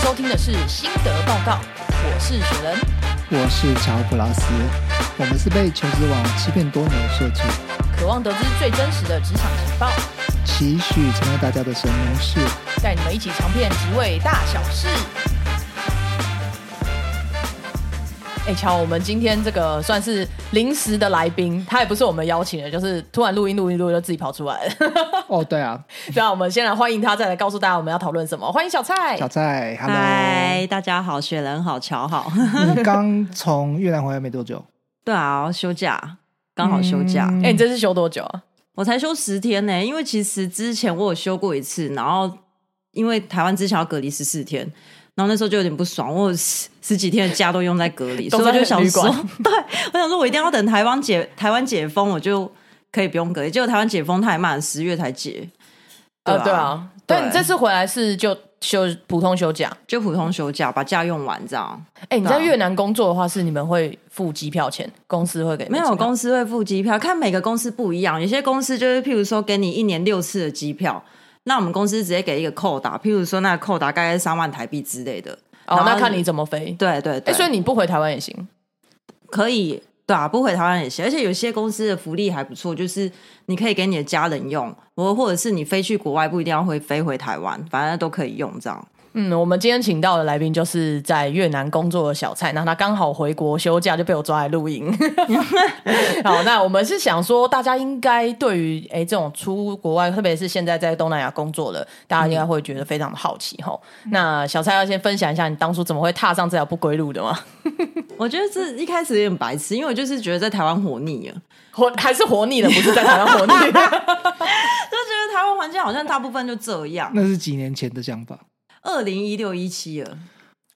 收听的是心得报告，我是雪人。我是乔普拉斯，我们是被求职网欺骗多年的设计，渴望得知最真实的职场情报，期许成为大家的神农氏。带你们一起尝遍职位大小事。哎、乔，我们今天这个算是临时的来宾，他也不是我们邀请的，就是突然录音录音录音就自己跑出来了。 哦，对啊，对啊，我们先来欢迎他，再来告诉大家我们要讨论什么。欢迎小蔡。小蔡嗨 ，Hello，，大家好，雪人好，乔好。 你刚从越南回来没多久，对啊，休假，刚好休假，嗯哎、你这次休多久啊？我才休十天呢、因为其实之前我有休过一次，然后因为台湾之前要隔离十四天，然后那时候就有点不爽，我有十十几天的假都用在隔 离，都所以在我就想说旅馆， 对，我想说我一定要等台湾解台湾解封，我就可以不用隔离。结果台湾解封太慢，十月才解，呃，对，啊，但你这次回来是就休普通休假。就普通休假，把假用完这样。哎、你对在啊越南工作的话，是你们会付机票钱，公司会给你没们有机票公司会付机票，看每个公司不一样。有些公司就是，譬如说给你一年六次的机票，那我们公司直接给一个扣打，譬如说那个扣打大概三万台币之类的。哦然，后那看你怎么飞。对对哎、对，所以你不回台湾也行。可以对啊，不回台湾也行。而且有些公司的福利还不错，就是你可以给你的家人用，我或者是你飞去国外不一定要会飞回台湾，反正都可以用这样。嗯，我们今天请到的来宾就是在越南工作的小蔡，那他刚好回国休假，就被我抓来录 音。好，那我们是想说，大家应该对于哎这种出国外，特别是现在在东南亚工作的，大家应该会觉得非常的好奇吼。嗯那小蔡要先分享一下，你当初怎么会踏上这条不归路的吗？我觉得这一开始有点白痴，因为我就是觉得在台湾活腻了。 活还是活腻了，不是在台湾活腻。就觉得台湾环境好像大部分就这样，那是几年前的想法。二零一六一七了。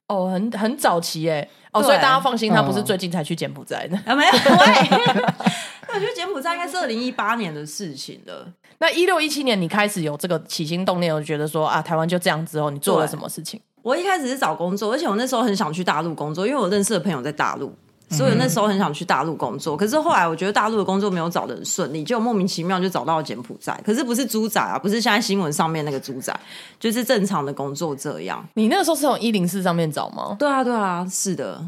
哦，很很早期哎，哦，对所以大家放心，他嗯不是最近才去柬埔寨的。 啊，没有，喂，我觉得柬埔寨应该是二零一八年的事情了。那一六一七年你开始有这个起心动念，我就觉得说啊，台湾就这样之后，你做了对什么事情？我一开始是找工作，而且我那时候很想去大陆工作，因为我认识的朋友在大陆，所以我那时候很想去大陆工作。可是后来我觉得大陆的工作没有找的很顺利，就莫名其妙就找到了柬埔寨。可是不是猪仔啊，不是现在新闻上面那个猪仔，就是正常的工作这样。你那个时候是从一零四上面找吗？对啊，对啊，是的。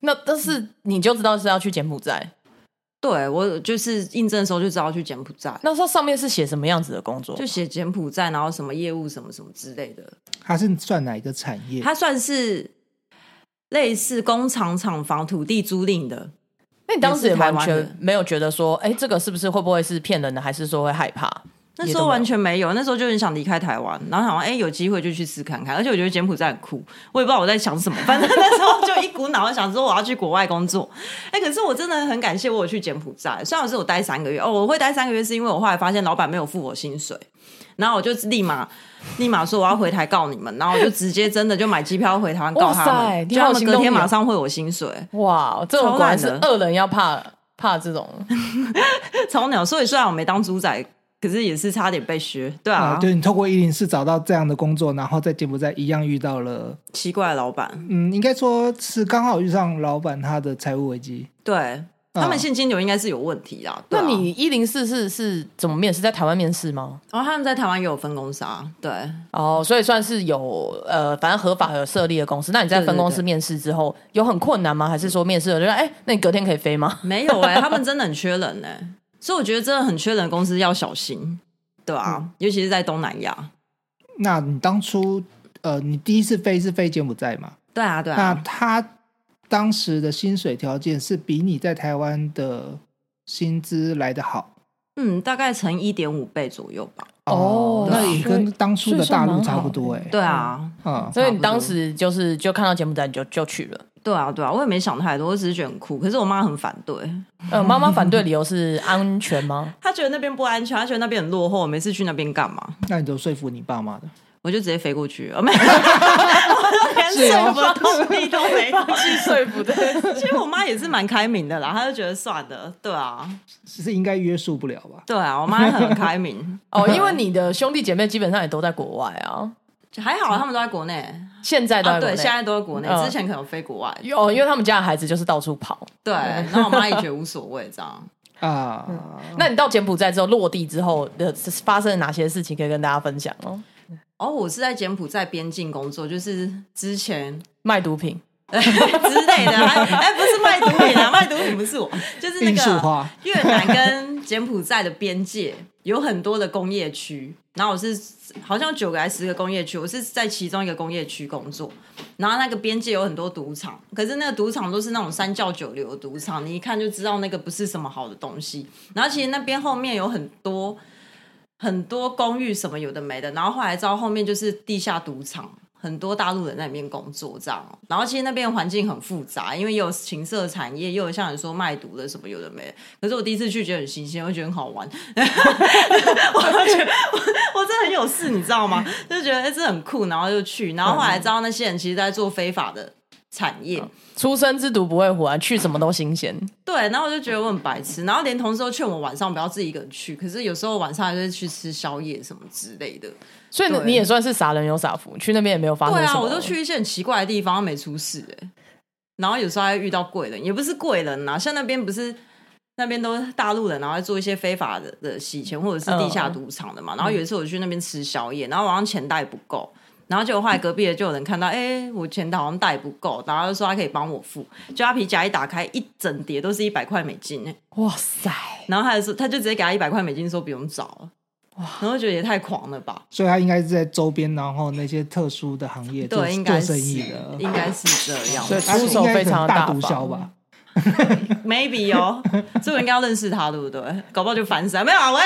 那但是你就知道是要去柬埔寨，对我就是应征的时候就知道去柬埔寨，那时候上面是写什么样子的工作就？写柬埔寨，然后什么业务什么什么之类的。它是算哪一个产业？它算是类似工厂、厂房、土地租赁的。那你当时也完也是台湾全的没有觉得说，哎、这个是不是会不会是骗人的，还是说会害怕？那也时都没候有完全没有，那时候就很想离开台湾，然后想说，哎、有机会就去试看看。而且我觉得柬埔寨很酷，我也不知道我在想什么，反正那时候就一股脑地想说我要去国外工作。哎、可是我真的很感谢我有去柬埔寨，虽然我是有待三个月，哦，我会待三个月是因为我后来发现老板没有付我薪水，然后我就立马立马说我要回台告你们，然后我就直接真的就买机票回台湾告他哇塞们，你就好他们行隔动力天哦马上汇我薪水。哇，这种超果然烂是的恶人要怕怕这种。超鸟，所以虽然我没当猪仔，可是也是差点被削。对啊，啊，就是你透过一零四找到这样的工作，然后在柬埔寨一样遇到了，奇怪的老板，嗯，应该说是刚好遇上老板他的财务危机。啊对他们现金流应该是有问题啦。对那啊你一零四是是怎么面试？在台湾面试吗？然后哦他们在台湾也有分公司啊，对，哦，所以算是有呃，反正合法有设立的公司。那你在对对分公对司面试之后，有很困难吗？还是说面试了就说，哎、那你隔天可以飞吗？ 没有哎、他们真的很缺人哎、所以我觉得真的很缺人，公司要小心，对啊，尤其是在东南亚。那你当初呃，你第一次飞是飞柬埔寨嘛？对啊，对那啊，他当时的薪水条件是比你在台湾的薪资来得好嗯，大概乘一点五倍左右吧。哦那对也跟当初的大陆差不多哎、对啊，嗯，所以差你不多当时就是就看到柬埔寨你就就去了。对啊，对啊，我也没想太多，我只是觉得很酷。可是我妈很反对，呃，妈妈反对理由是安全吗？她觉得那边不安全，她觉得那边很落后，我每次去那边干嘛？那你都说服你爸妈的，我就直接飞 过去了，没有， 我连哦说服的动力都没有。去说服的。其实我妈也是蛮开明的啦，她就觉得算了，对啊，是应该约束不了吧？对啊，我妈很开明， 哦，因为你的兄弟姐妹基本上也都在国外啊， 还好他们都在国内现在都啊，在国对，内。现在都在国内，嗯之前可能飞国外，哦，因为他们家的孩子就是到处跑。对，然后我妈也觉得无所谓这样。啊，嗯那你到柬埔寨之后落地之后的发生了哪些事情可以跟大家分享哦？哦，我是在柬埔寨边境工作，就是之前 卖毒品，之类的，还哎不是卖毒品啊，卖毒品不是我，就是那艺术个化 越南跟柬埔寨的边界有很多的工业区，然后我是好像有九个还是十个工业区，我是在其中一个工业区工作，然后那个边界有很多赌场，可是那个赌场都是那种三教九流的赌场，你一看就知道那个不是什么好的东西，然后其实那边后面有很多。很多公寓什么有的没的，然后后来知道后面就是地下赌场，很多大陆人在那边工作这样。然后其实那边的环境很复杂，因为又有情色产业，又有像你说卖毒的什么有的没的。可是我第一次去觉得很新鲜，我觉得很好玩， 我觉得我我真的很有事，你知道吗？就觉得哎、这很酷，然后就去，然后后来知道那些人其实在做非法的产业。出生之毒不会活，啊去什么都新 鲜。对，然后我就觉得我很白痴，然后连同事都劝我晚上不要自己一个人去，可是有时候晚上还是去吃宵夜什么之类的。所以你对你也算是傻人有傻福，去那边也没有发生对什啊，么。我都去一些很奇怪的地方，没出事哎、然后有时候还遇到贵人，也不是贵人呐、像那边不是那边都是大陆人，然后在做一些非法的的洗钱或者是地下赌场的嘛。然后有一次我去那边吃宵夜，然后晚上钱袋不够。然后结果后来隔壁的就有人看到，哎、我钱袋好像袋不够，然后就说他可以帮我付。就他皮夹一打开，一整叠都是一百块美金、哎哇塞，然后他就说，他就直接给他一百块美金，说不用找了。哇，然后觉得也太狂了吧？所以他应该是在周边，然后那些特殊的行业做对，应该做是生意的，应该是这样。所以他出手应该非常可能的大大方毒枭吧？maybe 哦，所以我应该要认识他，对不对？搞不好就反闪，没有啊，喂，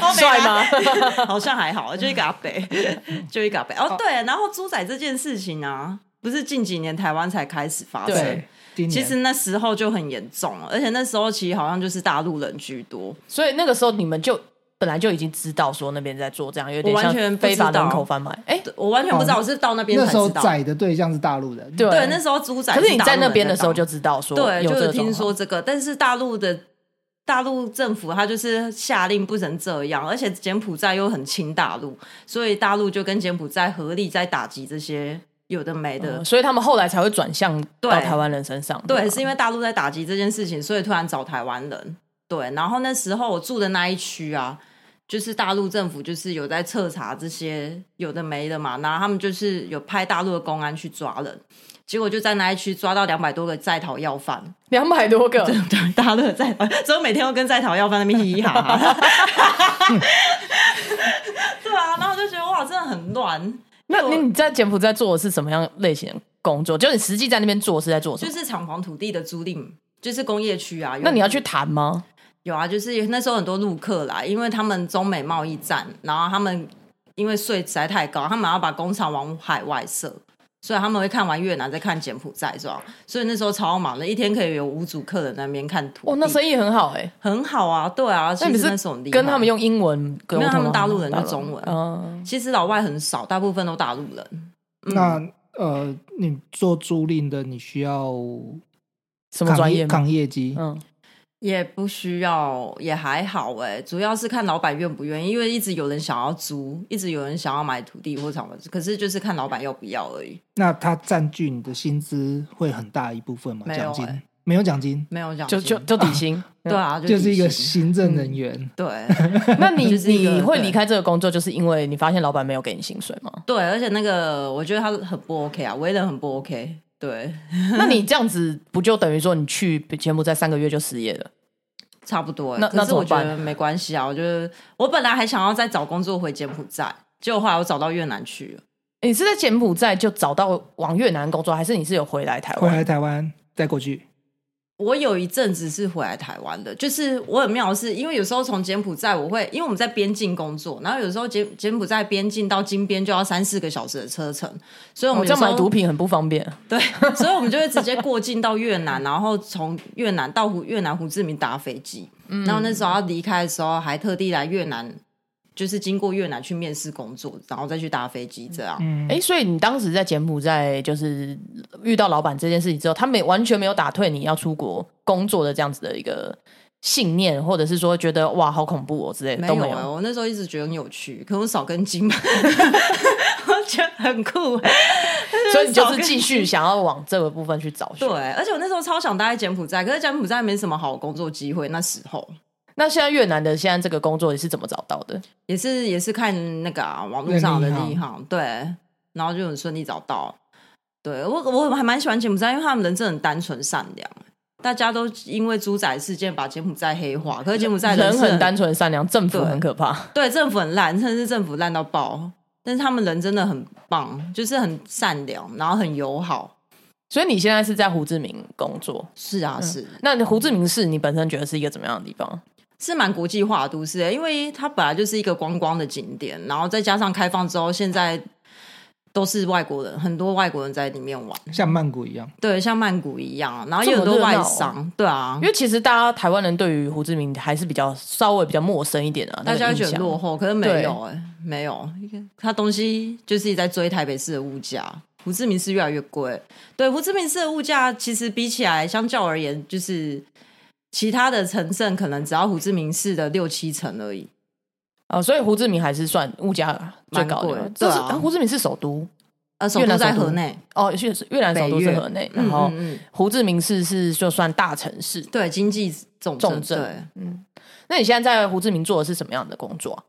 欧美帅啦？吗？ 好像还好，就一个阿北， 就一个阿北。哦，对，然后猪仔这件事情啊，不是近几年台湾才开始发生对。今年其实那时候就很严重了，而且那时候其实好像就是大陆人居多，所以那个时候你们就本来就已经知道说那边在做这样，有点我完像全不知道非法人口贩卖。哎、我完全不知道，我是到那边那才时候知道。宰的对象是大陆人，对，对，那时候猪仔可是你大陆在人那边的当时候就知道说，对，有就这种哦是听说这个，但是大陆的大陆政府他就是下令不能这样，而且柬埔寨又很亲大陆，所以大陆就跟柬埔寨合力在打击这些有的没的。嗯所以他们后来才会转向到对台湾人身上。对，吧是因为大陆在打击这件事情，所以突然找台湾人。对，然后那时候我住的那一区啊，就是大陆政府就是有在彻查这些有的没的嘛，然后他们就是有派大陆的公安去抓人，结果就在那一区抓到两百多个在逃要犯。两百多个， 对，大家都有在逃，所以我每天都跟在逃要饭那边嘻嘻哈哈。 对啊，然后我就觉得哇，真的很乱，那你你在柬埔寨做的是什么样类型的工作？就是你实际在那边做是在做什就么？是厂房土地的租赁，就是工业区啊。有那你要去谈吗？有啊，就是那时候很多陆客来，因为他们中美贸易战，然后他们因为税实在太高，他们要把工厂往海外设。所以他们会看完越南，再看柬埔寨，是吧？所以那时候超忙的，一天可以有五组客人在那边看图。哦，那生意很好哎、很好啊，对啊。那其你实是那时候很厉害跟他们用英文沟通吗？没有他们大陆人就中文大陆人嗯，其实老外很少，大部分都大陆人。嗯那呃，你做租赁的，你需要什么专业吗？扛业绩，嗯，也不需要，也还好哎、主要是看老板愿不愿意，因为一直有人想要租，一直有人想要买土地或什么，可是就是看老板要不要而已，那它占据你的薪资会很大一部分嘛？没有奖金欸没有奖金，没有讲就就就底 薪。对啊，就就是一个底薪行政人嗯员。 对那你就是一个你会对离开这个工作，就是因为你发现老板没有给你薪水吗？对，而且那个我觉得他很不 OK 啊，为人很不 OK，对， 那你这样子不就等于说你去柬埔寨三个月就失业了？差不多欸、那那可是我怎么觉办得没关系啊，我觉得我本来还想要再找工作回柬埔寨，结果后来我找到越南去了，你是在柬埔寨就找到往越南工作，还是你是有回来台回湾？来台湾再过去，我有一阵子是回来台湾的，就是我很妙的是，因为有时候从柬埔寨，我会因为我们在边境工作，然后有时候柬柬埔寨边境到金边就要三四个小时的车程，所以我哦我们这样有时候买毒品很不方便。对， 所以我们就会直接过境到越南，然后从越南到胡越南胡志明搭飞机，嗯然后那时候要离开的时候还特地来越南，就是经过越南去面试工作，然后再去搭飞机这样。哎、所以你当时在柬埔寨就是遇到老板这件事情之后，他没完全没有打退你要出国工作的这样子的一个信念，或者是说觉得哇好恐怖哦之类的没都有没欸有。我那时候一直觉得很有趣，可我少根筋吧， 我觉得很酷。欸所以你就是继续想要往这个部分去找寻。对，而且我那时候超想待在柬埔寨，可是柬埔寨没什么好工作机会。那时候那现在越南的现在这个工作你是怎么找到的？也是也是看那个、啊、网络上的人力立银行，对，然后就很顺利找到。对我我还蛮喜欢柬埔寨，因为他们人真的很单纯善良，大家都因为猪仔事件把柬埔寨黑化，可是柬埔寨人是很单纯善良，政府很可怕。对，政府很烂，真的是政府烂到爆。但是他们人真的很棒，就是很善良，然后很友好。所以你现在是在胡志明工作，是啊，是、那胡志明市你本身觉得是一个怎么样的地方？是蛮国际化的都市、欸，因为它本来就是一个观光的景点，然后再加上开放之后，现在都是外国人，很多外国人在里面玩。像曼谷一样，对，像曼谷一样，然后也这么有很多热外闹哦商，对啊因，为其实大家台湾人对于胡志明还是比较稍微比较陌生一点啊，大家会觉得那个印象落后，可是没对有哎、没有，它东西就是一直在追台北市的物价，胡志明市越来越贵。对，胡志明市的物价其实比起来，相较而言，就是其他的城镇可能只要胡志明市的六七成而已。啊、所以胡志明还是算物价最高蛮贵的的。这是、对啊胡志明是首都呃，首越都南首在河都内，哦，越越南首都是北越河内，嗯然后嗯嗯胡志明市是就算大城市。对经济重重镇对，那你现在在胡志明做的是什么样的工作啊、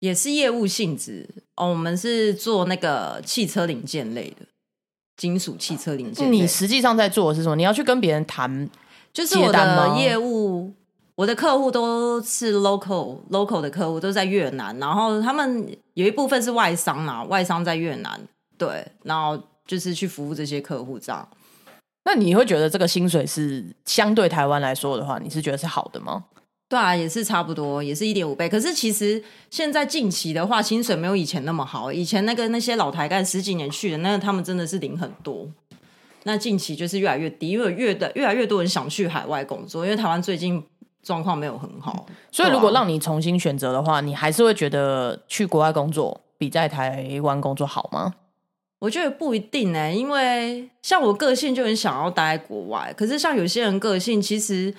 也是业务性质哦。我们是做那个汽车零件类的，金属汽车零件类。你实际上在做的是什么？你要去跟别人谈就是我接单的吗业务，我的客户都是 local local 的客户，都在越南，然后他们有一部分是外商啦，外商在越南，对，然后就是去服务这些客户这样。那你会觉得这个薪水是相对台湾来说的话，你是觉得是好的吗？对啊，也是差不多，也是一点五倍。可是其实现在近期的话，薪水没有以前那么好。以前那个那些老台干十几年去的，那他们真的是领很多。那近期就是越来越低，因为有越的越来越多人想去海外工作，因为台湾最近状况没有很好。所以对啊如果让你重新选择的话，你还是会觉得去国外工作比在台湾工作好吗？我觉得不一定呢、因为像我个性就很想要待在国外，可是像有些人个性，其实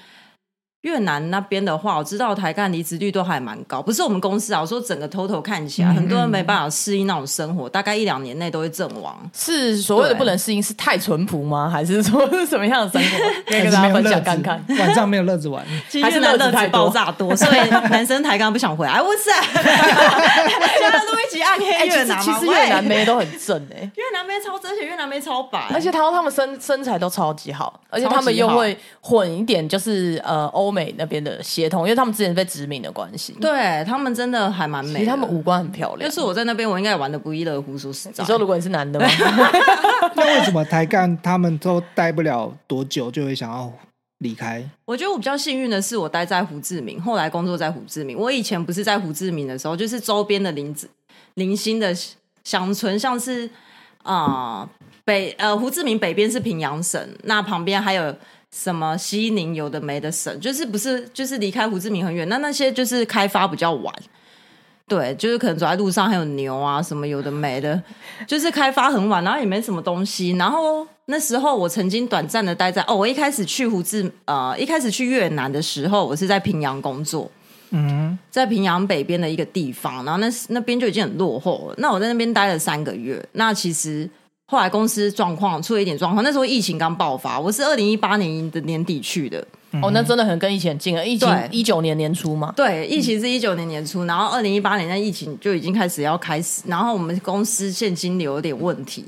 越南那边的话，我知道台干离职率都还蛮高，不是我们公司啊，我说整个 total 看嗯起来，很多人没办法适应那种生活，大概一两年内都会阵亡。是所谓的对不能适应是太淳朴吗？还是说是什么样的生 活？可以跟大家还是没有分乐享子看看。 晚上没有乐 子玩，其还实是越南乐子乐太子多爆炸多，所以男生台干不想回来。哎我是啊，大家都一起暗黑哎、越其实南啊其嘛实越南喂妹都很正哎、越南妹超真，而且越南妹超白，而且台湾他们身身材都超级好，而且超级他们又好会混一点就是呃欧美那边的协同，因为他们之前被殖民的关系，，对他们真的还蛮其美实的，他们五官很漂亮。要是我在那边，我应该也玩的不亦乐乎。说实在，你说如果你是男的 吗？那为什么台干他们都待不了多久就会想要离开？我觉得我比较幸运的是，我待在胡志明，后来工作在胡志明。我以前不是在胡志明的时候，就是周边的林子零星的乡村，像是啊、呃北呃胡志明北边是平阳省，那旁边还有什么西宁有的没的省，就是不是就是离开胡志明很远。那那些就是开发比较晚。对，就是可能走在路上还有牛啊，什么有的没的，就是开发很晚，然后也没什么东西。然后那时候我曾经短暂的待在哦，我一开始去胡志呃，一开始去越南的时候，我是在平阳工作，嗯，在平阳北边的一个地方，然后那那边就已经很落后了。那我在那边待了三个月，那其实后来公司状况出了一点状况，那时候疫情刚爆发，我是二零一八年的年底去的，哦，那真的很跟以前很近了，疫情对一九年年初嘛，对，疫情是一九年年初，然后二零一八年那疫情就已经开始要开始，然后我们公司现金流有点问题，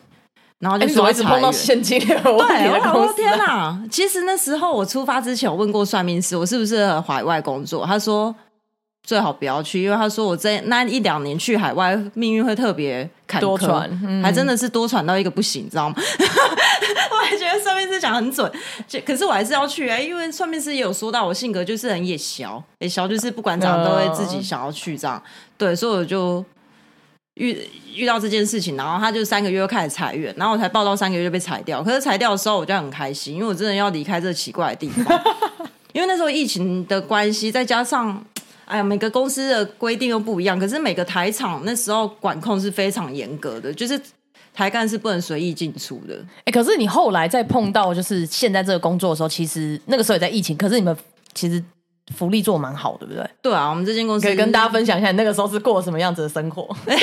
然后哎就你怎说么要一直裁碰到员。现金流问题对，的我想公说司天啊？哪！其实那时候我出发之前，我问过算命师，我是不是海外工作？他说最好不要去，因为他说我这那一两年去海外，命运会特别坎坷，多舛嗯还真的是多舛到一个不行，你知道吗？ 我还觉得算命师讲得很准，就可是我还是要去啊、因为算命师也有说到我性格就是很野小，野小就是不管怎样都会自己想要去这样，对，所以我就。遇遇到这件事情，然后他就三个月就开始裁员，然后我才报到三个月就被裁掉。可是裁掉的时候，我就很开心，因为我真的要离开这个奇怪的地方，因为那时候疫情的关系，再加上。哎呀，每个公司的规定又不一样，可是每个台厂那时候管控是非常严格的，就是台干是不能随意进出的。哎，可是你后来再碰到就是现在这个工作的时候，其实那个时候也在疫情，可是你们其实福利做得蛮好，对不对？对啊，我们这间公司可以跟大家分享一下你那个时候是过什么样子的生活，你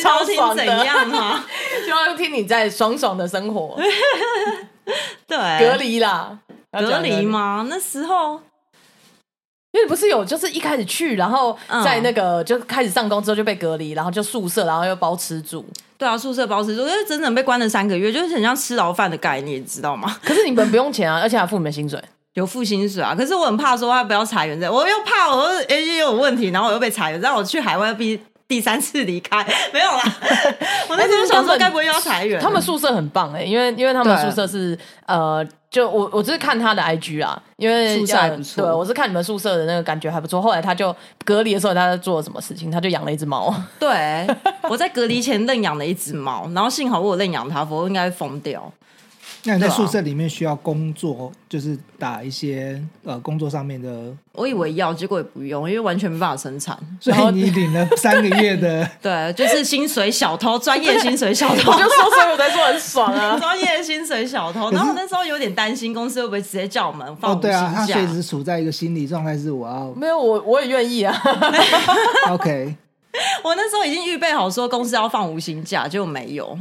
超想听爽的怎 样吗？ 希望听你在爽爽的生 活，对，隔离啦，要隔讲离？吗？那时候因为不是有，就是一开始去，然后嗯在那个、就开始上工之后就被隔离，然后就宿舍，然后又包吃住。对啊，宿舍包吃住，就是整整被关了三个月，就是很像吃牢饭的概念，你知道吗？ 可是你们不用钱啊，而且还付你们薪水。有付薪水啊，可是我很怕说他不要裁员，这我又怕我又哎又有问题，然后我又被裁员，让我去海外第第三次离开， 没有啦。 我那时候想说，该不会又要裁员？他们宿舍很棒哎、因为因为他们对宿舍是呃，就我我只是看他的 IG 啦，因为宿舍还不错呃对我是看你们宿舍的那个感觉还不错。后来他就隔离的时候，他做了什么事情？他就养了一只猫。 对我在隔离前认养了一只猫，然后幸好我有认养它，否则应该会疯掉。那你在对啊宿舍里面需要工作，就是打一些呃工作上面的，我以为要，结果也不用，因为完全没办法生产。所以你领了三个月 的对，就是薪水小偷，专业薪水小偷我。就说，所以我在说很爽啊。 专业薪水小偷，然后我那时候有点担心公司会不会直接叫我们放哦，无薪对啊，他假确实处在一个心理状态，是我要 没有我我也愿意啊， OK，我那时候已经预备好说公司要放无薪假，就没有。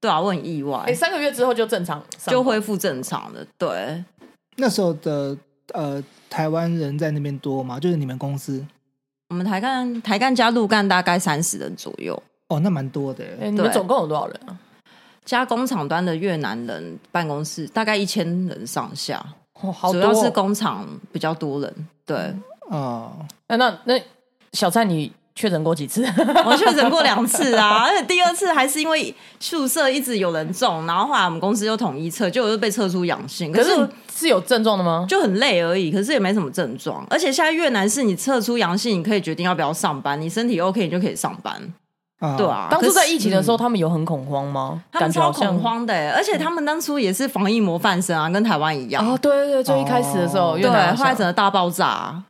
对啊，我很意外，哎、啊三个月之后就正常上班就恢复正常的。对，那时候的呃台湾人在那边多吗？就是你们公司我们台干台干加陆干大概三十人左右，哦，那蛮多的耶。哎、你们对总共有多少人啊？加工厂端的越南人办公室大概一千人上下，哦，好主多、要是哦。工厂比较多人。对，哦，那那那小蔡，你确诊过几 次？我确诊过两次啊，而且第二次还是因为宿舍一直有人中，然后后来我们公司就统一测，结果就被测出阳性。可可是是是有症状的吗？就很累而已，可是也没什么症状。而且现在越南是你测出阳性，你可以决定要不要上班，你身体 OK 你就可以上班，啊对，哦啊。当初在疫可是情的时候，他们有很恐慌吗？他们感觉好超像恐慌的、欸，而且他们当初也是防疫模范生啊，跟台湾一样。哦，对对对，最一开始的时候，哦越嗯对，南好后来像整个大爆炸啊，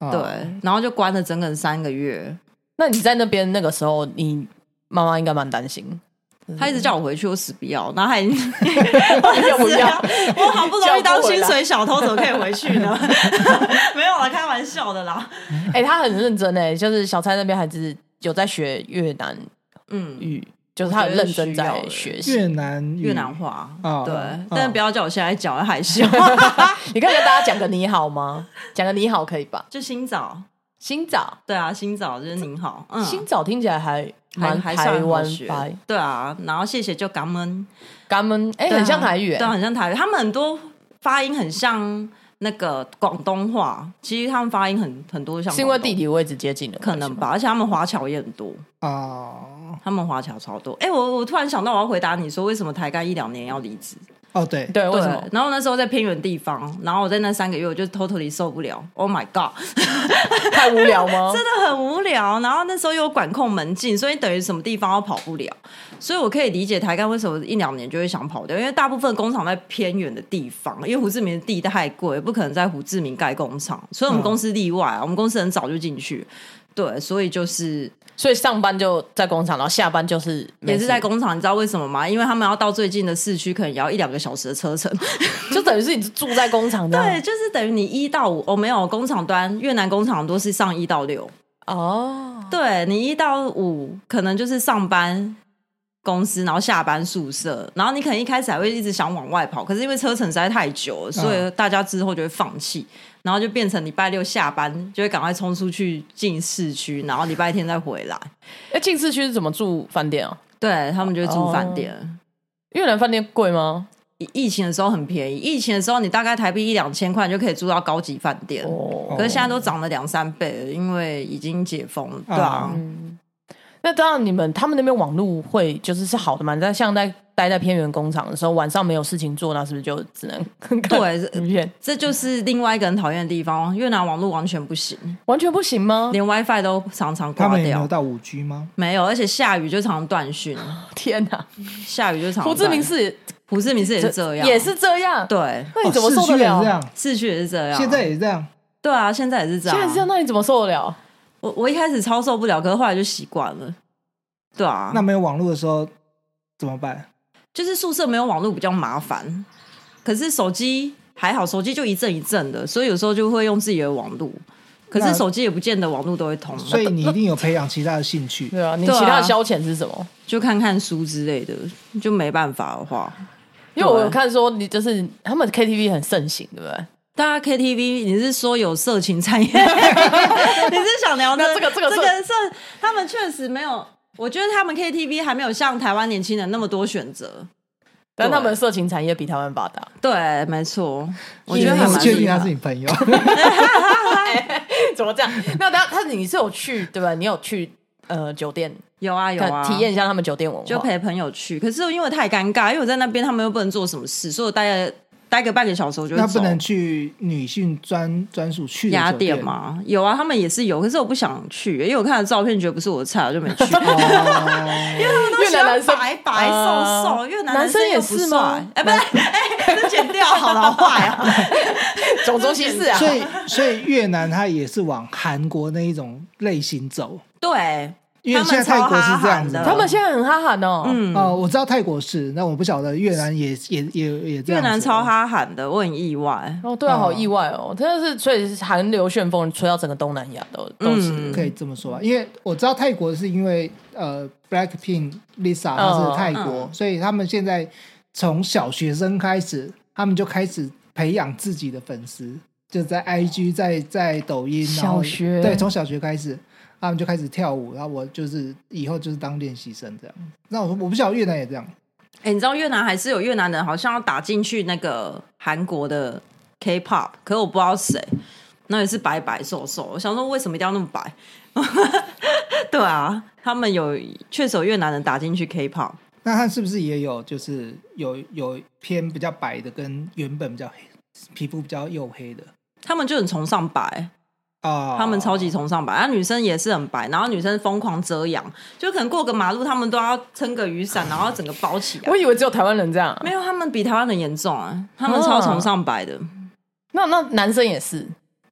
啊对，然后就关了整整三个月。那你在那边那个时候，你妈妈应该蛮担 心，他一直叫我回去，我死不要，然后还 要不要？ 我好不容易当薪叫不回水小偷，怎么可以回去 呢？ 没有啦，开玩笑的啦。哎、他很认真哎、就是小蔡那边还是有在学越南嗯，语，就是他很认真在学习。越南语越南话，嗯哦对哦，但不要叫我现在讲，我 害羞。你可以跟大家讲个你好吗？讲个你好可以吧？就新早，新早，对啊，新早就是您好，嗯，新早听起来还还蛮还台算好湾学白，，对啊，然后谢谢就感恩，咱们哎，对啊很像台语对啊，哎。很像台语，他们很多发音很像那个广东话，其实他们发音很很多像，是因为地理位置接近了，可能。吧，而且他们华侨也很多，哦他们华侨超多。哎、我我突然想到，我要回答你说为什么台干一两年要离职？哦对，对，为对什么？，然后那时候在偏远地方，然后我在那三个月我就 totally 受不了，Oh my god，太无聊 吗？真的很无聊。然后那时候又有管控门禁，所以等于什么地方都跑不了。所以我可以理解台干为什么一两年就会想跑掉，因为大部分工厂在偏远的地方，因为胡志明的地太贵，不可能在胡志明盖工厂。所以我们公司例外啊，我们公司很早就进去。对，所以就是所以上班就在工厂，然后下班就是没也事是在工厂，你知道为什么吗？因为他们要到最近的市区，可能也要一两个小时的车程。就等于是你住在工厂这样。对，就是等于你一到五哦，没有工厂端，越南工厂都是上一到六，哦，对你一到五可能就是上班公司，然后下班宿舍，然后你可能一开始还会一直想往外跑，可是因为车程实在太久了，所以大家之后就会放弃，然后就变成礼拜六下班就会赶快冲出去进市区，然后礼拜天再回来。哎，进市区是怎么住饭店啊？对他们就会住饭店。越南饭店贵吗？疫疫情的时候很便宜，疫情的时候你大概台币一两千块你就可以住到高级饭店，哦，可是现在都涨了两三倍了，因为已经解封了，对啊。那当然，你们他们那边网络会就是是好的嘛？但像在待在偏远工厂的时候，晚上没有事情做，那是不是就只能看对影片？这就是另外一个很讨厌的地方，越南网络完全不行，完全不行吗？连 WiFi 都常常他挂们有没掉有，到五 G 吗？没有，而且下雨就常断讯，天哪！下雨就常断。胡志明市胡志明市也是也这样，也是这样。对，那你怎么哦受市得区也是这了？样，市区也是这样，现在也是这样。对啊，现在也是这样，现在是这样，那你怎么受得了？我我一开始超受不了，可是后来就习惯了，对啊，那没有网络的时候怎么办？就是宿舍没有网络比较麻烦，可是手机还好，手机就一阵一阵的，所以有时候就会用自己的网络，可那是手机也不见得网络都会通，啊所以你一定有培养其他的兴趣。对啊，你对啊其他的消遣是什么？就看看书之类的，就没办法的话，因为我对有看说，你就是他们 KTV 很盛行，对不对？大家 KTV，你是说有色情产业？你是想聊的那这个这个这算个算？他们确实没有，我觉得他们 KTV 还没有像台湾年轻人那么多选择。但他们色情产业比台湾发达， 对，没错，我你觉得还不蛮确厉定他是害。你朋友，怎么这样？那他他你是有去对吧？你有去呃酒店，有啊有啊，看体验一下他们酒店文化，就陪朋友去。可是因为太尴尬，因为我在那边，他们又不能做什么事，所以我大概待个半个小时我就会那不走能去女性专专属去的雅酒典？吗？有啊，他们也是有，可是我不想去，因为我看了照片觉得不是我的菜，我就没 去。哦，越南男生呃白白瘦呃瘦，越南男生也又不是吗帅哎，不是，哎，这剪掉好了，好坏啊！种族歧视啊！所以 所以越南它也是往韩国那一种类型走， 对，因为他们现在泰国是这样子超哈韩的嘛，他们现在很哈韩哦，嗯，哦，我知道泰国是，那我不晓得越南也也也也这越样子。南超哈韩的，我很意外。哦，对啊，哦好意外哦！真的是，所以韩流旋风吹到整个东南亚都都是。嗯可以这么说吧，啊因为我知道泰国是因为呃，Blackpink 嗯 Lisa 她是泰国，所以他们现在从小学生开始，他们就开始培养自己的粉丝，就在 IG 在在抖音，然后小学对，从小学开始，他们就开始跳舞，然后我就是以后就是当练习生这样。那我说我不晓得越南也这样，哎，你知道越南还是有越南人，好像要打进去那个韩国的 K-pop，可我不知道谁，那也是白白瘦瘦。我想说，为什么一定要那么白？ 对啊，他们有确实有越南人打进去 K-pop，那他是不是也有就是有有偏比较白的，跟原本比较黑皮肤比较黝黑的他们就很崇尚白。啊？他们超级崇尚白，然后女生也是很白，然后女生疯狂遮阳，就可能过个马路，他们都要撑个雨伞，然后整个包起来我。以为只有台湾人这样，啊没有，他们比台湾人严重啊，他们超崇尚白的，那那男生也是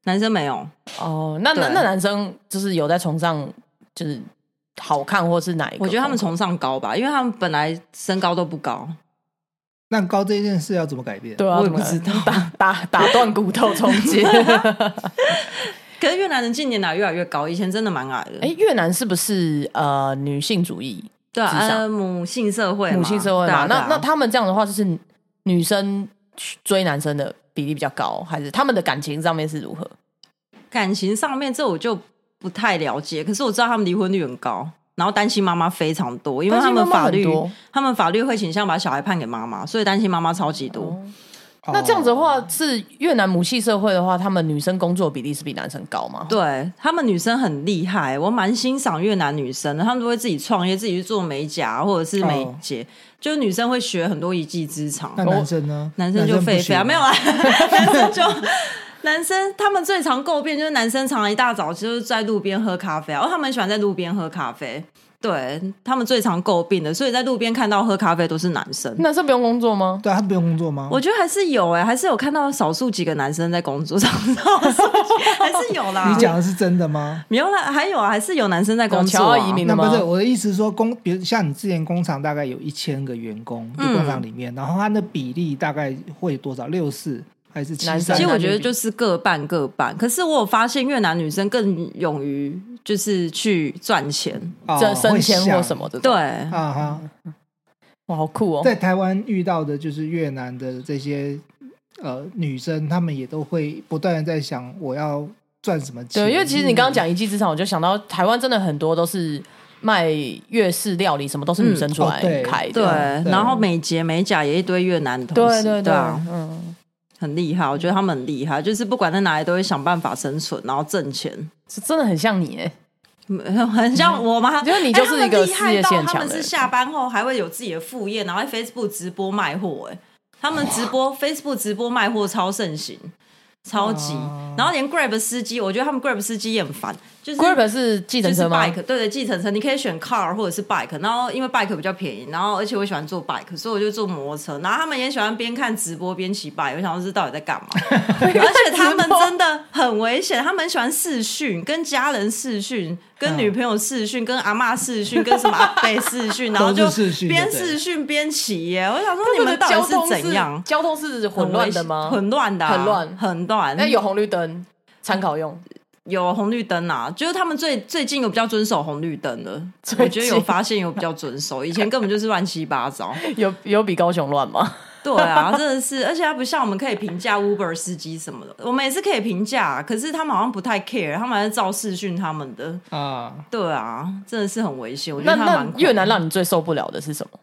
男生没有。哦。那那对那男生就是有在崇尚就是好看或是哪一个？我觉得他们崇尚高吧，因为他们本来身高都不高，那高这件事要怎么改变？对啊，我也怎么不知道打打打断骨头重 建。可是越南人近年来越来越高，以前真的蛮矮的。哎，越南是不是呃女性主义对啊，至少呃，母性社会嘛，母性社会对啊嘛？对啊那那他们这样的话，就是女生去追男生的比例比较高，还是他们的感情上面是如何？感情上面这我就不太了解，可是我知道他们离婚率很高，然后单亲妈妈非常多，因为他们法律哦单亲妈妈很多他们法律会倾向把小孩判给妈妈，所以单亲妈妈超级多。哦那这样子的话，是越南母系社会的话，他们女生工作比例是比男生高吗？对他们女生很厉害，我蛮欣赏越南女生的，她们都会自己创业，自己去做美甲或者是美哦睫，就是女生会学很多一技之长。那男生呢？男生就不废废啊， 行没有啦，男生就男生他们最常诟病 就是男生常一大早就是在路边喝咖啡啊，哦，他们很喜欢在路边喝咖啡，对他们最常诟病的，所以在路边看到喝咖啡都是男生。男生不用工作吗？对啊他不用工作吗？我觉得还是有哎、还是有看到少数几个男生在工作上， 少数几还是有啦。你讲的是真的吗？没有啦，还有啊，还是有男生在工作、有啊。侨移民真的那吗不是我的意思是说工，比如像你之前工厂大概有一千个员工，就嗯工厂里面，然后它的比例大概会多少？六四还是七男生三？其实我男女觉得比就是各半各半，可是我有发现越南女生更勇于就是去赚钱，哦这升迁或什会么的？对，，想啊哈。哇，好酷哦！在台湾遇到的就是越南的这些呃女生，她们也都会不断的在想我要赚什么钱。对，因为其实你刚刚讲一技之长，我就想到台湾真的很多都是卖粤式料理，什么都是女生出来嗯哦对开对的。，对然后美睫美甲也一堆越南同对事，对对啊，，嗯，很厉害，我觉得他们很厉害，就是不管在哪里都会想办法生存，然后挣钱， 是真的很像你哎，嗯很像我吗？就是你哎就是一个他们厉害到事业线他强们的是人下班后还会有自己的副业，然后在 Facebook 直播卖货，哎，他们直播 Facebook 直播卖货超盛行，超级哇，然后连 Grab 司机，我觉得他们 Grab 司机也很烦，就是。 Grab 是计就程是车吗？ bike，对对，计程车，你可以选 car 或者是 bike，然后因为 bike 比较便宜，然后而且我喜欢坐 bike，所以我就坐摩托车。然后他们也喜欢边看直播边骑 bike，我想说这到底在 干嘛？ 而且他们真的很危险，他们很喜欢视讯，跟家人视讯，跟嗯女朋友视讯，跟阿嬷视讯，跟什么阿伯视讯，然后就都是视讯就对边视讯边骑耶。我想说那你个们到交底通怎样？交通是混乱的吗？很乱的啊、很乱很乱。那有红绿灯参考用，有红绿灯啊，就是他们最最近有比较遵守红绿灯的，最近 我觉得有发现有比较遵守，以前根本就是乱七八糟。有有比高雄乱吗？对啊，真的是，而且他不像我们可以评价 Uber 司机什么的，我们也是可以评价，啊可是他们好像不太 care，他们还是照视讯他们的。啊，对啊，真的是很危险。我觉那得他蛮那恐怖越南让你最受不了的是什么？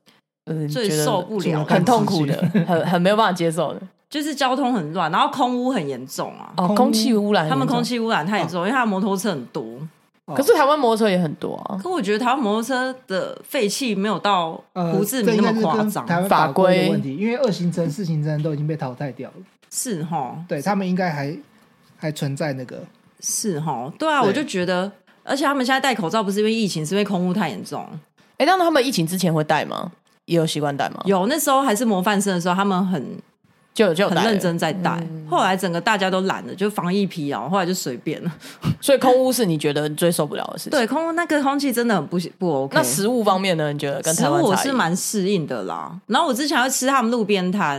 嗯，最觉得受不了很痛苦的，很很没有办法接受 的就是交通很乱，然后空污很严重啊。哦，空空气污染，他们空。气污染太严重，因为他的摩托车很多。可是台湾摩托车也很多啊，可我觉得台湾摩托车的废气没有到呃胡志这明应那该么是夸跟张，台湾法法规规的问题，因为二行程、四行程都已经被淘汰掉了，是哈，对他们应该还还存在那个是哈，对啊，对我就觉得，而且他们现在戴口罩不是因为疫情，是因为空污太严重。哎，那他们疫情之前会戴吗？也有习惯戴吗？有那时候还是模范生的时候，他们很就有就有很戴了嗯认，真在戴，后来整个大家都懒了，就防疫疲劳，后来就随便了。所以空污是你觉得最受不了的事情。，对，空污那个空气真的很不不 OK。那食物方面呢？你觉得跟食台湾物我差异是蛮适应的啦。然后我之前会吃他们路边摊，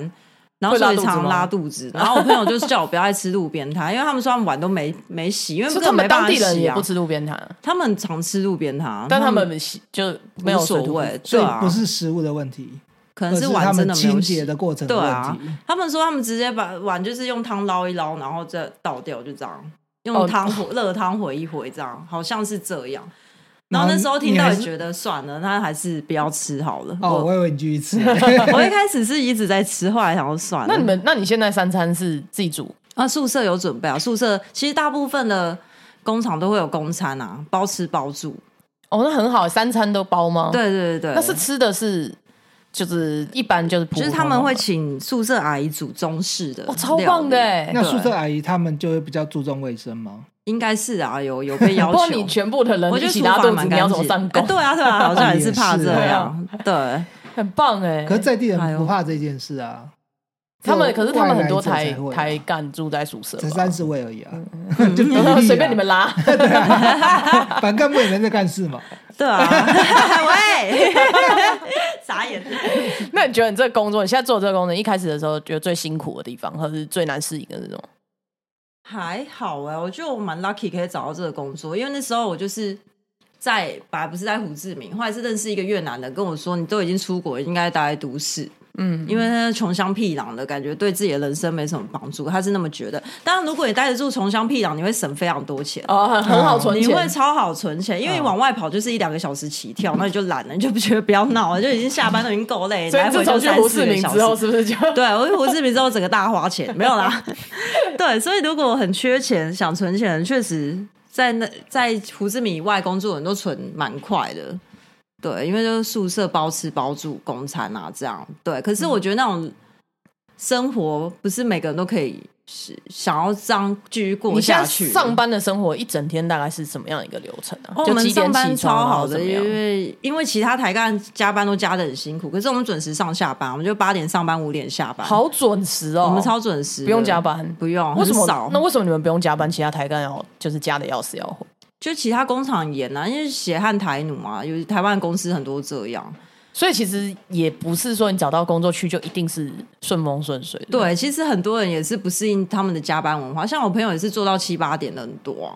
然后会拉所以肚子常吗拉肚子。然后我朋友就是叫我不要再吃路边摊，因为他们说他们碗都没没洗，因为是根他本们没办当法地人洗也啊不。吃路边摊，他们常吃路边摊，但他们喜就没有无所水土不谓，所对以啊，不是食物的问题，可而能是碗他真们的没有清洁洗。的过程对的啊问题。，他们说他们直接把碗就是用汤捞一捞，然后再倒掉，就这样哦用汤和 热汤回一回，这样好像是这样。然嗯然后后那时候听你到还也是觉得算了，那还是不要吃好了。哦，我我以为你继续 吃，我一开始是一直在吃，后来想要算了。那你们，那你现在三餐是自己煮？啊，宿舍有准备啊？宿舍其实大部分的工厂都会有公餐啊，包吃包住。哦，那很好，三餐都包吗？，对对对对，哦那是吃的是就是一般就是普普就是通他通们的会请宿舍阿姨煮中式的料哦，理，超棒的哎！那宿舍阿姨他们就会比较注重卫生吗？应该是啊，有有被 不要过求。你全部的人我觉一得起厨拉房肚子，蛮呃你干要怎么净。上工？哎对啊，对 啊，好像也是怕这也是样。对，很棒哎！可是在地哎人呦不怕这件事啊，他们可是他们很多外台来者才会啊台干住在宿舍吧，嗯才 三十位而已啊， 就比例啊随便你们，拉。 反正干部也没在干事嘛。对啊，喂， 傻眼。那你觉得你这个工作，你现在做这个工作，一开始的时候觉得最辛苦的地方，或者是最难适应的那种？还好哎、我觉得我蛮 lucky 可以找到这个工作，因为那时候我就是在本来不是在胡志明，后来是认识一个越南人，跟我说你都已经出国，应该待在都市，嗯，因为那穷乡僻壤的感觉对自己的人生没什么帮助，他是那么觉得。当然，如果你待得住穷乡僻壤，你会省非常多钱。哦，很很好存你会钱，超好存钱，因为你嗯往外跑就是一两个小时起跳，那你就懒了，你就不觉得不要闹了，就已经下班都已经够累，所以来自回从就去三胡志四个明小之时后，。是不是就对，我去胡志明之后整个大花钱，没有啦。对，所以如果很缺钱、想存钱，确实在那在胡志明以外工作的人都存蛮快的。对，因为就是宿舍包吃包住、公餐啊这样。对，可是我觉得那种生活不是每个人都可以是想要这样继续过你现下在去。上班的生活一整天大概是什么样一个流程啊？哦，我就们几点上班起超床，然好后的，怎么因样？为因为其他台干加班都加的很辛苦，可是我们准时上下班，我们就八点上班，五点下班，，好准时哦，我们超准时，不用加。班。不用，为什么很少？那为什么你们不用加班？其他台干要就是加的要死要活，就其他工厂严啊，因为血汗台奴啊，有台湾公司很多这样。所以其实也不是说你找到工作去就一定是顺风顺水的。对，其实很多人也是不适应他们的加班文化，像我朋友也是做到七八点的很多、啊，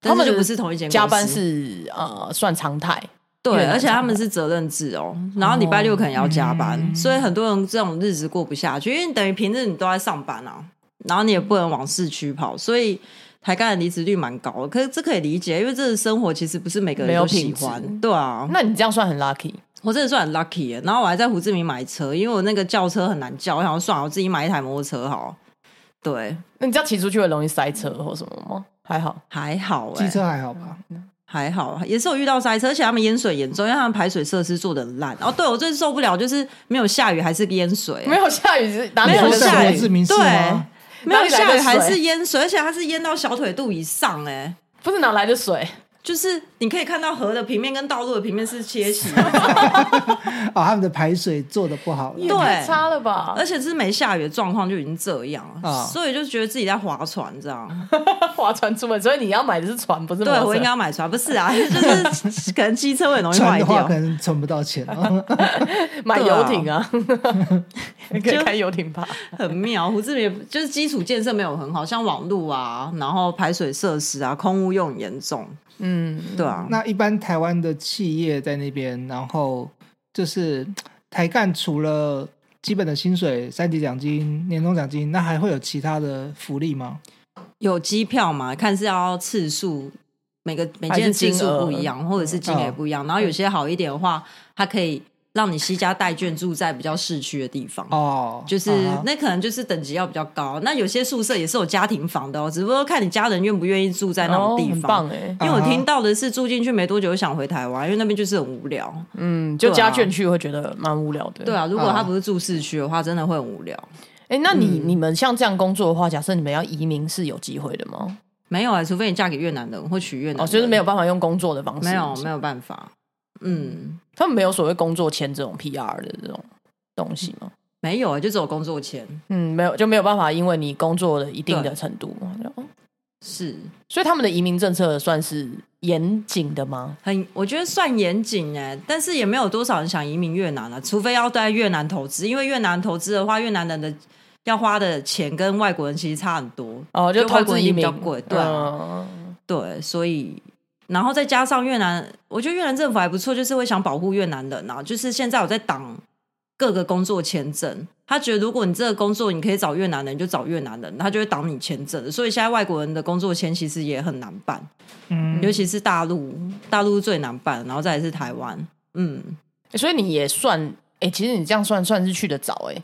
但他们是就不是同一间公司加班是呃算常态，越对，南而且他常们态是责任制哦，然后礼拜六可能也要加班，嗯所以很多人这种日子过不下去，因为你等于平日你都在上班啊，然后你也不能往市区跑，所以台干的离职率蛮高的，可是这可以理解，因为这个生活其实不是每个没人有都喜品质欢，对啊，那你这样算很 lucky。我真的算很 lucky 耶、然后我还在胡志明买车，因为我那个轿车很难叫，我想说算了，我自己买一台摩托车好了。对，那你这样骑出去会容易塞车或什么吗？还 好，还好哎、机车还好吧？还好，也是有遇到塞车，而且他们淹水严重，因为他们排水设施做的很烂。哦，对我最受不了就是没有下雨还是淹水、啊没有下雨是哪里没有来的在下水雨胡志明市吗？没有哪下里来雨的还水是淹水，而且它是淹到小腿肚以上哎、不是哪来的水？就是你可以看到河的平面跟道路的平面是切齐的， 哦，他们的排水做的不好啦，对呃太差了吧而？且是没下雨的状况就已经这样了，啊所以就觉得自己在划船 这样。划船出门，所以你要买的是船，不是摩对，托车我应该要买船，不是啊， 就是可能机车会很容易船坏 的话掉可。能存不到钱哦。买游艇啊， 可以就开游艇吧？很妙，胡志明就是基础建设没有很好，像网路啊，然后排水设施啊，空污又很严重，嗯，对啊， 那一般台湾的企业在那边，然后就是台干除了基本的薪水、三级奖金、年终奖金，那还会有其他的福利吗？有机票嘛，看是要次数，每个每件次数不一样，或者是金嗯额不一样。然后有些好一点的话，它可以让你西家带眷住在比较市区的地方。哦，就是、嗯啊那可能就是等级要比较高，那有些宿舍也是有家庭房的哦，只不过看你家人愿不愿意住在那种哦，地很方。棒哎，因为我啊哈听到的是住进去没多久就想回台湾，因为那边就是很无聊。嗯，就对啊加卷去会觉得蛮无聊的。对啊，如果啊他不是住市区的话，真的会很无聊。哎，那你你们像这样工作的话，假设你们要移民是有机会的吗？没有啊、除非你嫁给越南人或娶越南人，哦，就是没有办法用工作的方式，没有没有办法。嗯，他们没有所谓工作签这种 PR 的这种东西吗？没有啊、就只有工作签嗯，没有，就没有办法，因为你工作的一定的程度嘛。这样哦是所以他们的移民政策算是严谨的吗？很，我觉得算严谨哎，但是也没有多少人想移民越南啊，除非要在越南投资，因为越南投资的话，越南人的要花的钱跟外国人其实差很多，哦，就投外国资人移移民民比较贵，对啊、嗯对，所以然后再加上越南，我觉得越南政府还不错，就是会想保护越南人啊。就是现在我在挡各个工作签证，他觉得如果你这个工作你可以找越南人，就找越南人，他就会挡你签证。所以现在外国人的工作签其实也很难办，嗯，尤其是大陆，大陆最难办，然后再来是台湾。嗯，欸所以你也算，哎、其实你这样算算是去的早、欸，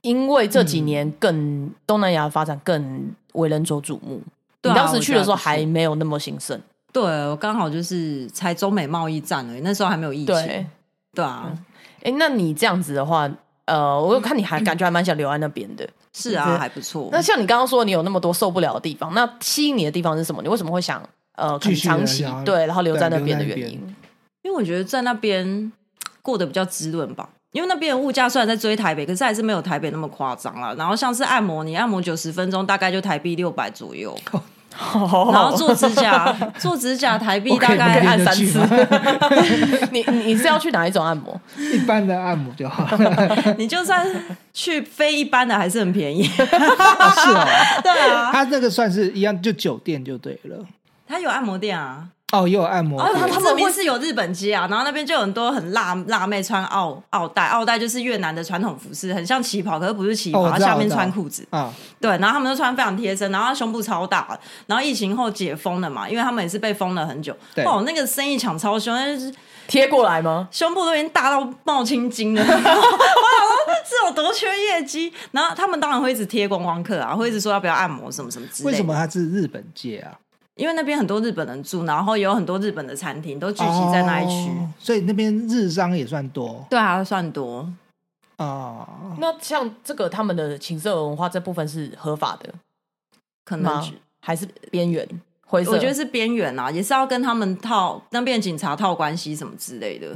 因为这几年更、东南亚发展更为人所瞩目。对啊你当时去的时候我觉得不还错没有那么兴盛，对我刚好就是才中美贸易战而已，那时候还没有疫情，对，对哎、啊，欸那你这样子的话，呃，我有看你还感觉还蛮想留在那边的。是对啊，还不错。那像你刚刚说你有那么多受不了的地方，那吸引你的地方是什么？你为什么会想呃继很续的长期想要对，然后留对在那留边的在那原边因？因为我觉得在那边过得比较滋润吧。因为那边的物价虽然在追台北，可是还是没有台北那么夸张啦。然后像是按摩，你按摩九十分钟大概就台币六百左右，然然后做指甲，做指 甲台币大可以概按三次我可以明。你你你是要去哪一种按摩？ 一般的按摩就好了。 你就算去非一般的还是很便宜。哦是哦， 对 啊，他那个算是一样，就酒店就对了。它有按摩店啊，哦，也有按摩然后店。它他们这会边是有日本街啊，然后那边就有很多很辣辣妹穿奥奥带，奥带就是越南的传统服饰，很像旗袍，可是不是旗哦袍，我它知道下面我知道穿裤子。啊，对，然后他们都穿非常贴身，然后胸部超大，然后疫情后解封了嘛，因为他们也是被封了很久。对哦，那个生意抢超凶，但是贴过来吗？ 胸部都已经大到冒青筋了。我 想说是有多缺业绩，然后他们当然会一直贴观光客啊，会一直说要不要按摩什么什么之类的。为什么？它是日本街啊？因为那边很多日本人住，然后也有很多日本的餐厅都聚集在那一区。哦所以那边日商也算多对啊，算多。啊。那像这个他们的情色文化这部分是合法的可能吗？还是边缘灰色？我觉得是边缘啊，也是要跟他们套那边警察套关系什么之类的。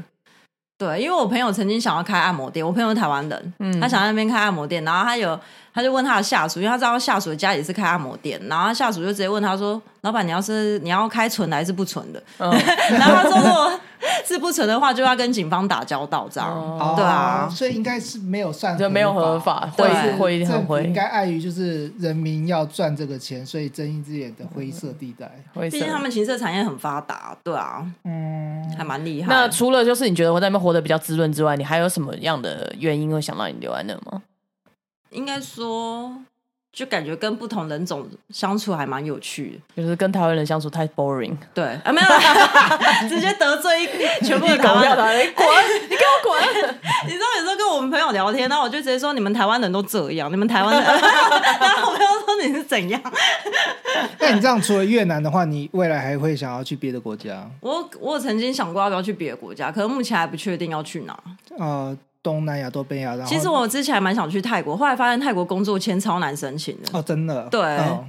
对，因为我朋友曾经想要开按摩店，我朋友是台湾人，他想在那边开按摩店，然后他有他就问他的下属，因为他知道下属的家也是开按摩店，然后他下属就直接问他说：“老板，你要是你要开纯的还是不纯的？” 然后他说：“如果是不纯的话，就要跟警方打交道这样。哦哦对啊所以应该是没有算就没有合法灰对灰政很府应灰该碍于就是人民要赚这个钱，所以睁一只眼的灰色地带。 灰色毕。竟他们情色产业很发达，对啊，嗯，还蛮厉害。那除了就是你觉得我在那边活得比较滋润之外，你还有什么样的原因会想让你留在那吗？应该说，就感觉跟不同人种相处还蛮有趣的。就是跟台湾人相处太 boring，对啊，没有 啦，直接得罪一全部的台湾人。来，滚，你给我滚！你知道有时候跟我们朋友聊天，然后我就直接说你们台湾人都这样，你们台湾 人，然后我朋友说你是怎样？那你这样除了越南的话，你未来还会想要去别的国家？我我有曾经想过要不要去别的国家，可是目前还不确定要去哪。呃，东南亚、东北亚，然后其实我之前还蛮想去泰国，后来发现泰国工作签超难申请的，哦，真的对哦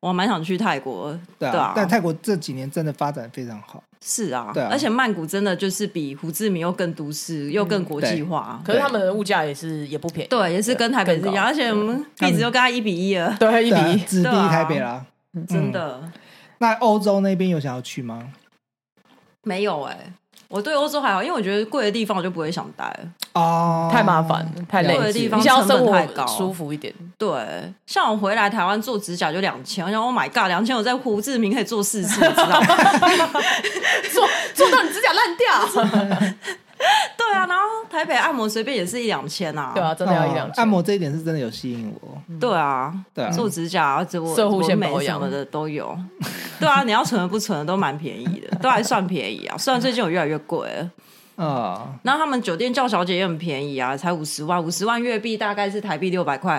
我蛮想去泰国。对对啊啊，但泰国这几年真的发展非常好。是啊，对啊而且曼谷真的就是比胡志明又更都市，又更国际化。 可是他们的物价也是也不便宜，对，也是跟台北是一更样，高而且我们币值又跟他一比一了，对一对啊比一。只低对啊台北啦。嗯真的那欧洲那边有想要去吗？没有哎。我对欧洲还好，因为我觉得贵的地方我就不会想待。哦，太麻烦，太累有的了，地方你想要成本生太高活舒服一点，对，像我回来台湾做指甲就两千，我想 Oh my God，两千我在胡志明可以做四次，你 知道吗？做做到你指甲烂掉。对啊，然后台北按摩随便也是一两千啊。 对啊，真的要一两哦千按摩这一点是真的有吸引我，对啊，对啊做指甲、做射护线纹眉保养什么的都有。对啊，你要存的不存的都蛮便宜的，都还算便宜啊。虽然最近有越来越贵了，嗯啊，然后他们酒店叫小姐也很便宜啊，才五十万，五十万月币大概是台币六百块，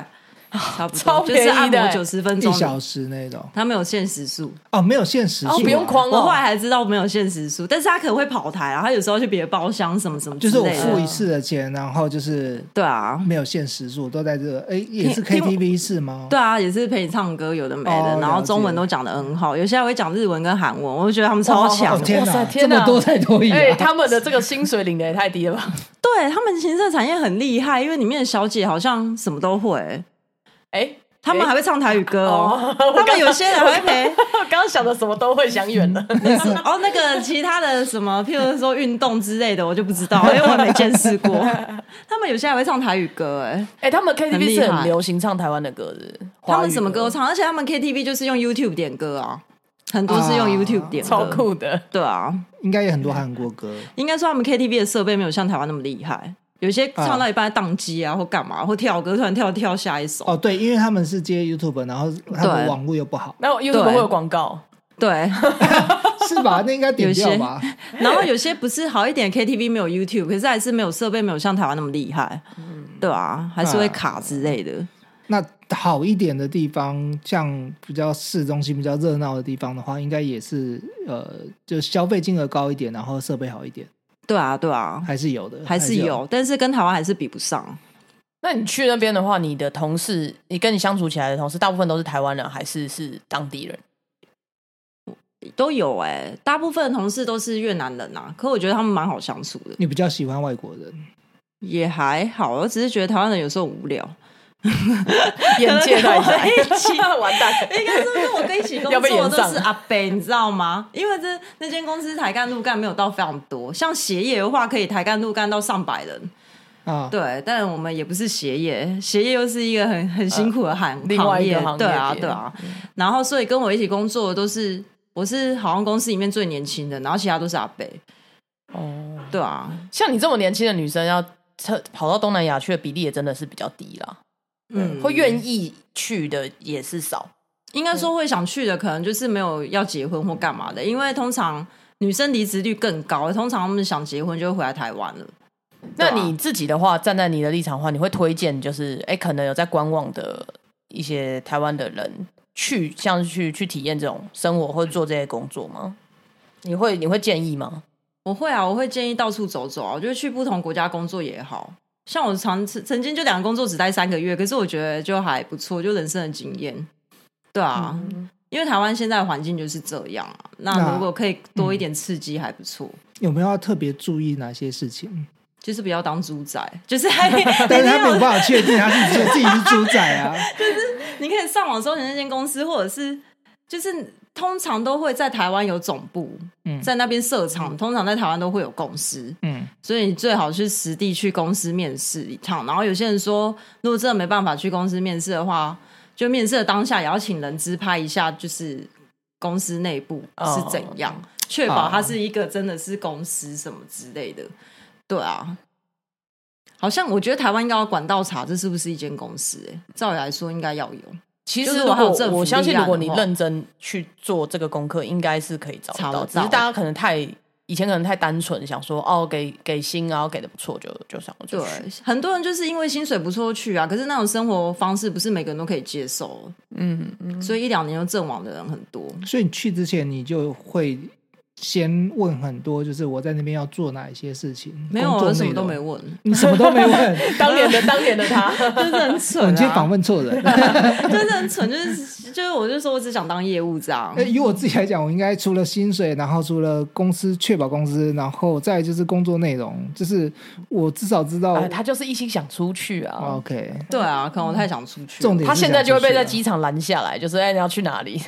啊差不超多，就是便宜按的摩欸九十分一钟的。小时那种他没有限时数，哦，没有限时数啊、哦，不用框我后来哦，还知道没有限时数，但是他可能会跑台啊，他有时候去别的包厢什么什么就之是我类付的。一次的钱，然后就是对啊，没有限时数，都在这个，哎，也是听听 KTV 是吗？对啊，也是陪你唱歌，有的没的，哦然后了解中文都讲的很好，有些还会讲日文跟韩文，我就觉得他们超强哦的。天啊哇哪，塞这天么哪多才多艺哎，啊！他们的这个薪水领的也太低了吧？ 对他们情色产业很厉害，因为里面的小姐好像什么都会、哎，他们哎还会唱台语歌哦。哦， 我他刚们有些人还会陪我刚刚想的什么都会想远了， 哦，那个其他的什么，譬如说运动之类的，我就不知道，因为我没见识 过。他们有些还会唱台语歌、哎， 哎，他们很 KTV 厉是害很流行唱台湾的歌的，他华语们什么歌都歌唱，而且他们 KTV 就是用 YouTube 点歌啊，很多是啊用 YouTube 点歌，超。酷的。对啊，应该有很多韩国歌，应该说他们 KTV 的设备没有像台湾那么厉害，有些唱到一半宕机啊，或干嘛，或跳歌突然跳跳下一首。哦，对，因为他们是接 YouTube，然后他们对网络又不好，那 YouTube 会有广告，对， 是吧？那应该点掉吧？然后有些不是好一点的 KTV 没有 YouTube，可是还是没有设备，没有像台湾那么厉害，嗯对啊，还是会卡之类的。那好一点的地方，像比较市中心比较热闹的地方的话，应该也是呃，就消费金额高一点，然后设备好一点，对啊，对啊，还是有的，还是有，但是跟台湾还是比不上。那你去那边的话，你的同事，你跟你相处起来的同事，大部分都是台湾人还是是当地人？都有哎、大部分同事都是越南人啊，可我觉得他们蛮好相处的，你比较喜欢外国人，也还好。我只是觉得台湾人有时候无聊， 眼界太可能窄跟我一起， 完蛋！应该是跟我跟一起工要被作延都上是阿北，你知道吗？因为这那间公司台干路干没有到非常多，像鞋业的话，可以台干路干到上百人。啊，对，但我们也不是鞋业，鞋业又是一个很很辛苦的行、呃另外一个行业对啊别对啊。然后所以跟我一起工作的都是，我是好像公司里面最年轻的，然后其他都是阿北。哦，对啊，像你这么年轻的女生，要特跑到东南亚去的比例也真的是比较低啦，嗯，会愿意去的也是少。应该说会想去的，可能就是没有要结婚或干嘛的，因为通常女生离职率更高，通常他们想结婚就会回来台湾了。那对啊你自己的话，站在你的立场的话，你会推荐就是，哎，可能有在观望的一些台湾的人去，像是去去体验这种生活或者做这些工作吗？你会你会建议吗？我会啊，我会建议到处走走啊，我觉得去不同国家工作也好。像我常曾曾经就两个工作只待三个月，可是我觉得就还不错，就人生的经验。对啊，因为台湾现在的环境就是这样啊，那那嗯如果可以多一点刺激还不错。有没有要特别注意哪些事 情？就是不要当猪仔，就 是还你但是他没有有办法确定他是自己是猪仔 啊，你可以上网搜寻那间公司，或者是就是通常都会在台湾有总部，嗯在那边设厂，通常在台湾都会有公司，嗯，所以你最好去实地去公司面试一趟。然后有些人说，如果真的没办法去公司面试的话，就面试的当下也要请人资拍一下，就是公司内部是怎样，确保它是一个真的是公司什么之类的。对啊，好像我觉得台湾应该要管道查这是不是一间公司、欸，照理来说应该要有其就是实我如还有果政府我相信，立案如果你的话认真去做这个功课，应该是可以找查得得到。到只是大家可能太以前可能太单纯，想说哦给给薪，然后给的不错就就想对就去。，很多人就是因为薪水不错去啊，可是那种生活方式不是每个人都可以接受，嗯嗯，所以一两年就阵亡的人很多。所以你去之前你就会先问很多，就是我在那边要做哪一些事情，没有，啊工作我什么内都容没，问，你什么都没问，当年 的当年的他， 真的很我蠢、们哦今天啊访，问错人。真的很蠢，就是就是，我就说我只想当业务这样哎，。以我自己来讲，我应该除了薪水，然后除了公司确保公司，然后再来就是工作内容，就是我至少知道。呃哎他就是一心想出去啊。 OK，对啊，可能我太想出去了，重点是他现在就会被在想出去机场拦下来，就是哎，你要去哪里？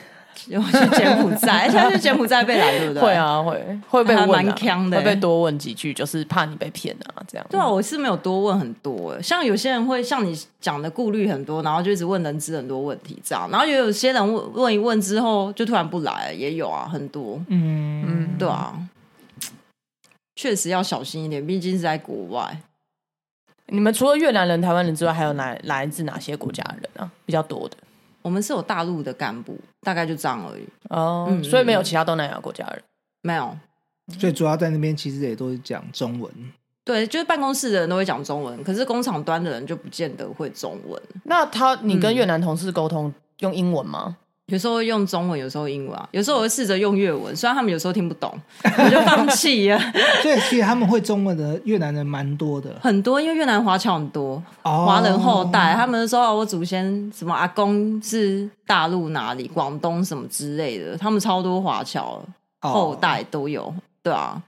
我去柬埔 寨，现在去柬埔寨被拦，对不对？会。啊，会会被还蛮问啊呛的会被多问几句，就是怕你被骗啊，这样。对啊，我是没有多问很多欸，像有些人会像你讲的顾虑很多，然后就一直问人资很多问题这样，然后也有些人问问一问之后就突然不来，也有啊，很多，嗯，对啊，确实要小心一点，毕竟是在国外。你们除了越南人、台湾人之外，还有哪来自哪些国家的人啊？比较多的我们是有大陆的干部，大概就这样而已，哦，嗯所以没有其他东南亚国家的人。没有。所以主要在那边其实也都是讲中文。对，就是办公室的人都会讲中文，可是工厂端的人就不见得会中文。嗯那他，你跟越南同事沟通用英文吗？有时候会用中文，有时候英文啊，有时候我会试着用粤文，虽然他们有时候听不懂，我就放弃了。 所以其实他们会中文的越南人蛮多的，很多因为越南华侨很多，哦华人后代，他们说、哦、我祖先什么阿公是大陆哪里，广东什么之类的，他们超多华侨哦后代都有，对啊，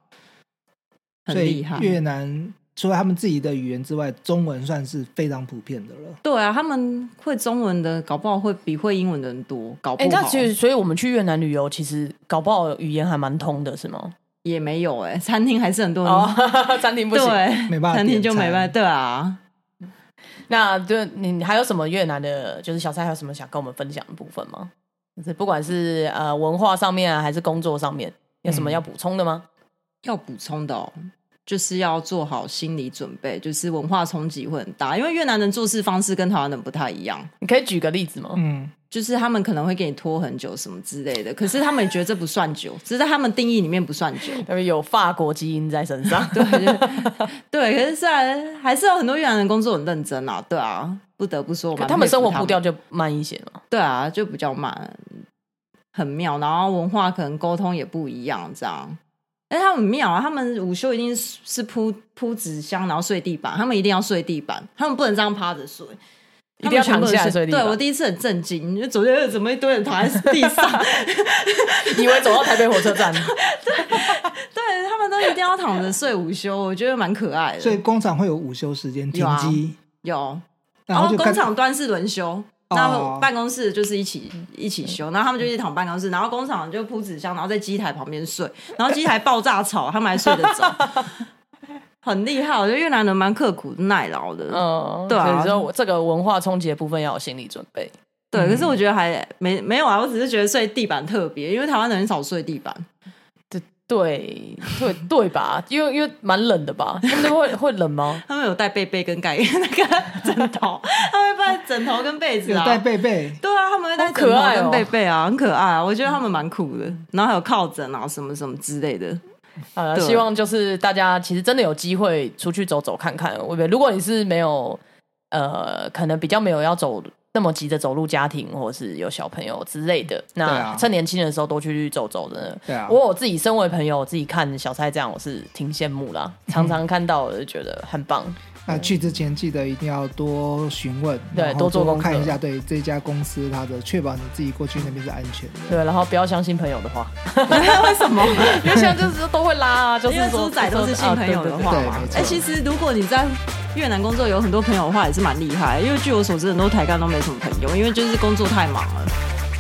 很所以厉害。越南除了他们自己的语言之外，中文算是非常普遍的了。对啊，他们会中文的，搞不好会比会英文的人多，搞不哎、好。那其实，所以我们去越南旅游，其实搞不好语言还蛮通的，是吗？也没有哎、餐厅还是很多人，哦， 餐厅不行。对，没办法餐厅就点餐没办法，对啊。那就你你还有什么越南的，就是小蔡还有什么想跟我们分享的部分吗？就是不管是呃文化上面啊，还是工作上面，有什么要补充的吗？要补充的哦，就是要做好心理准备，就是文化冲击会很大，因为越南人做事方式跟台湾人不太一样，你可以举个例子吗？嗯，就是他们可能会给你拖很久什么之类的，可是他们也觉得这不算久，只是在他们定义里面不算 久。因为有法国基因在身 上。对就是对，可是虽然还是有很多越南人工作很认真啊，对啊，不得不说，我蛮他们佩服生活他步调就慢一些 嘛。对啊，就比较慢，很妙。然后文化可能沟通也不一样，这样。哎，他们很妙啊！他们午休一定是是铺铺纸箱，然后睡地板，他们一定要睡地板，他们不能这样趴着睡。一定要躺下来睡地板对我第一次很震惊，就昨天怎么一堆人躺在地上？ 以为走到台北火车站，对他们都一定要躺着睡午休，我觉得蛮可爱的。所以工厂会有午休时间停有啊机，有，然后就哦工看厂端是轮休，那哦嗯办公室就是一起一起休，然后他们就一起躺办公室，然后工厂就铺纸箱，然后在机台旁边睡，然后机台爆炸吵，他们还睡 得着，很厉害。我觉得越南人蛮刻苦耐劳的， 嗯，对啊所以说我这个文化冲击的部分要有心理准备。对。可是我觉得还没没有啊，我只是觉得睡地板特别，因为台湾人很少睡地板，对对对吧？ 因为因为蛮冷的吧？他们都会会冷吗？他们有带被被跟盖那个枕头，他们会带枕头跟被子有啊，带贝贝，对啊，他们会带好枕可爱头哦跟被被啊，很可爱啊，我觉得他们蛮酷的，然后还有靠枕啊，什么什么之类的。呃，对希望就是大家其实真的有机会出去走走看看。我觉得如果你是没有呃，可能比较没有要走那么急着走入家庭，或者是有小朋友之类的，对那啊趁年轻的时候多出去走走，真的。对啊，我我自己身为朋友，我自己看小蔡这样，我是挺羡慕啦。常常看到，我就觉得很棒。那去之前记得一定要多询问，对然后多做功课看一下对这家公司它的，确保你自己过去那边是安全的。对，然后不要相信朋友的话， 为什么？因为现在就是都会拉啊，就因为是说猪仔都是信朋友的话对嘛没。错哎、其实如果你在越南工作，有很多朋友的话，也是蛮厉害。因为据我所知，很多台干都没什么朋友，因为就是工作太忙了，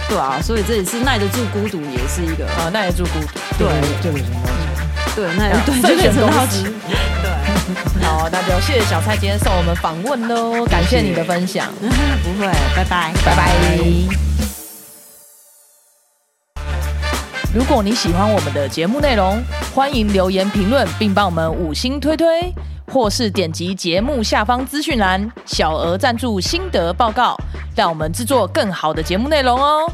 对啊，所以这也是耐得住孤独，也是一个啊、那也祝孤独。对这个什么东西？对耐得对，慎这选个很公好司奇。对，好，那就谢谢小蔡今天受我们访问喽，感谢你的分享， 不会，拜拜，拜拜。如果你喜欢我们的节目内容，欢迎留言评论，并帮我们五星推推，或是点击节目下方资讯栏小额赞助心得报告，让我们制作更好的节目内容哦。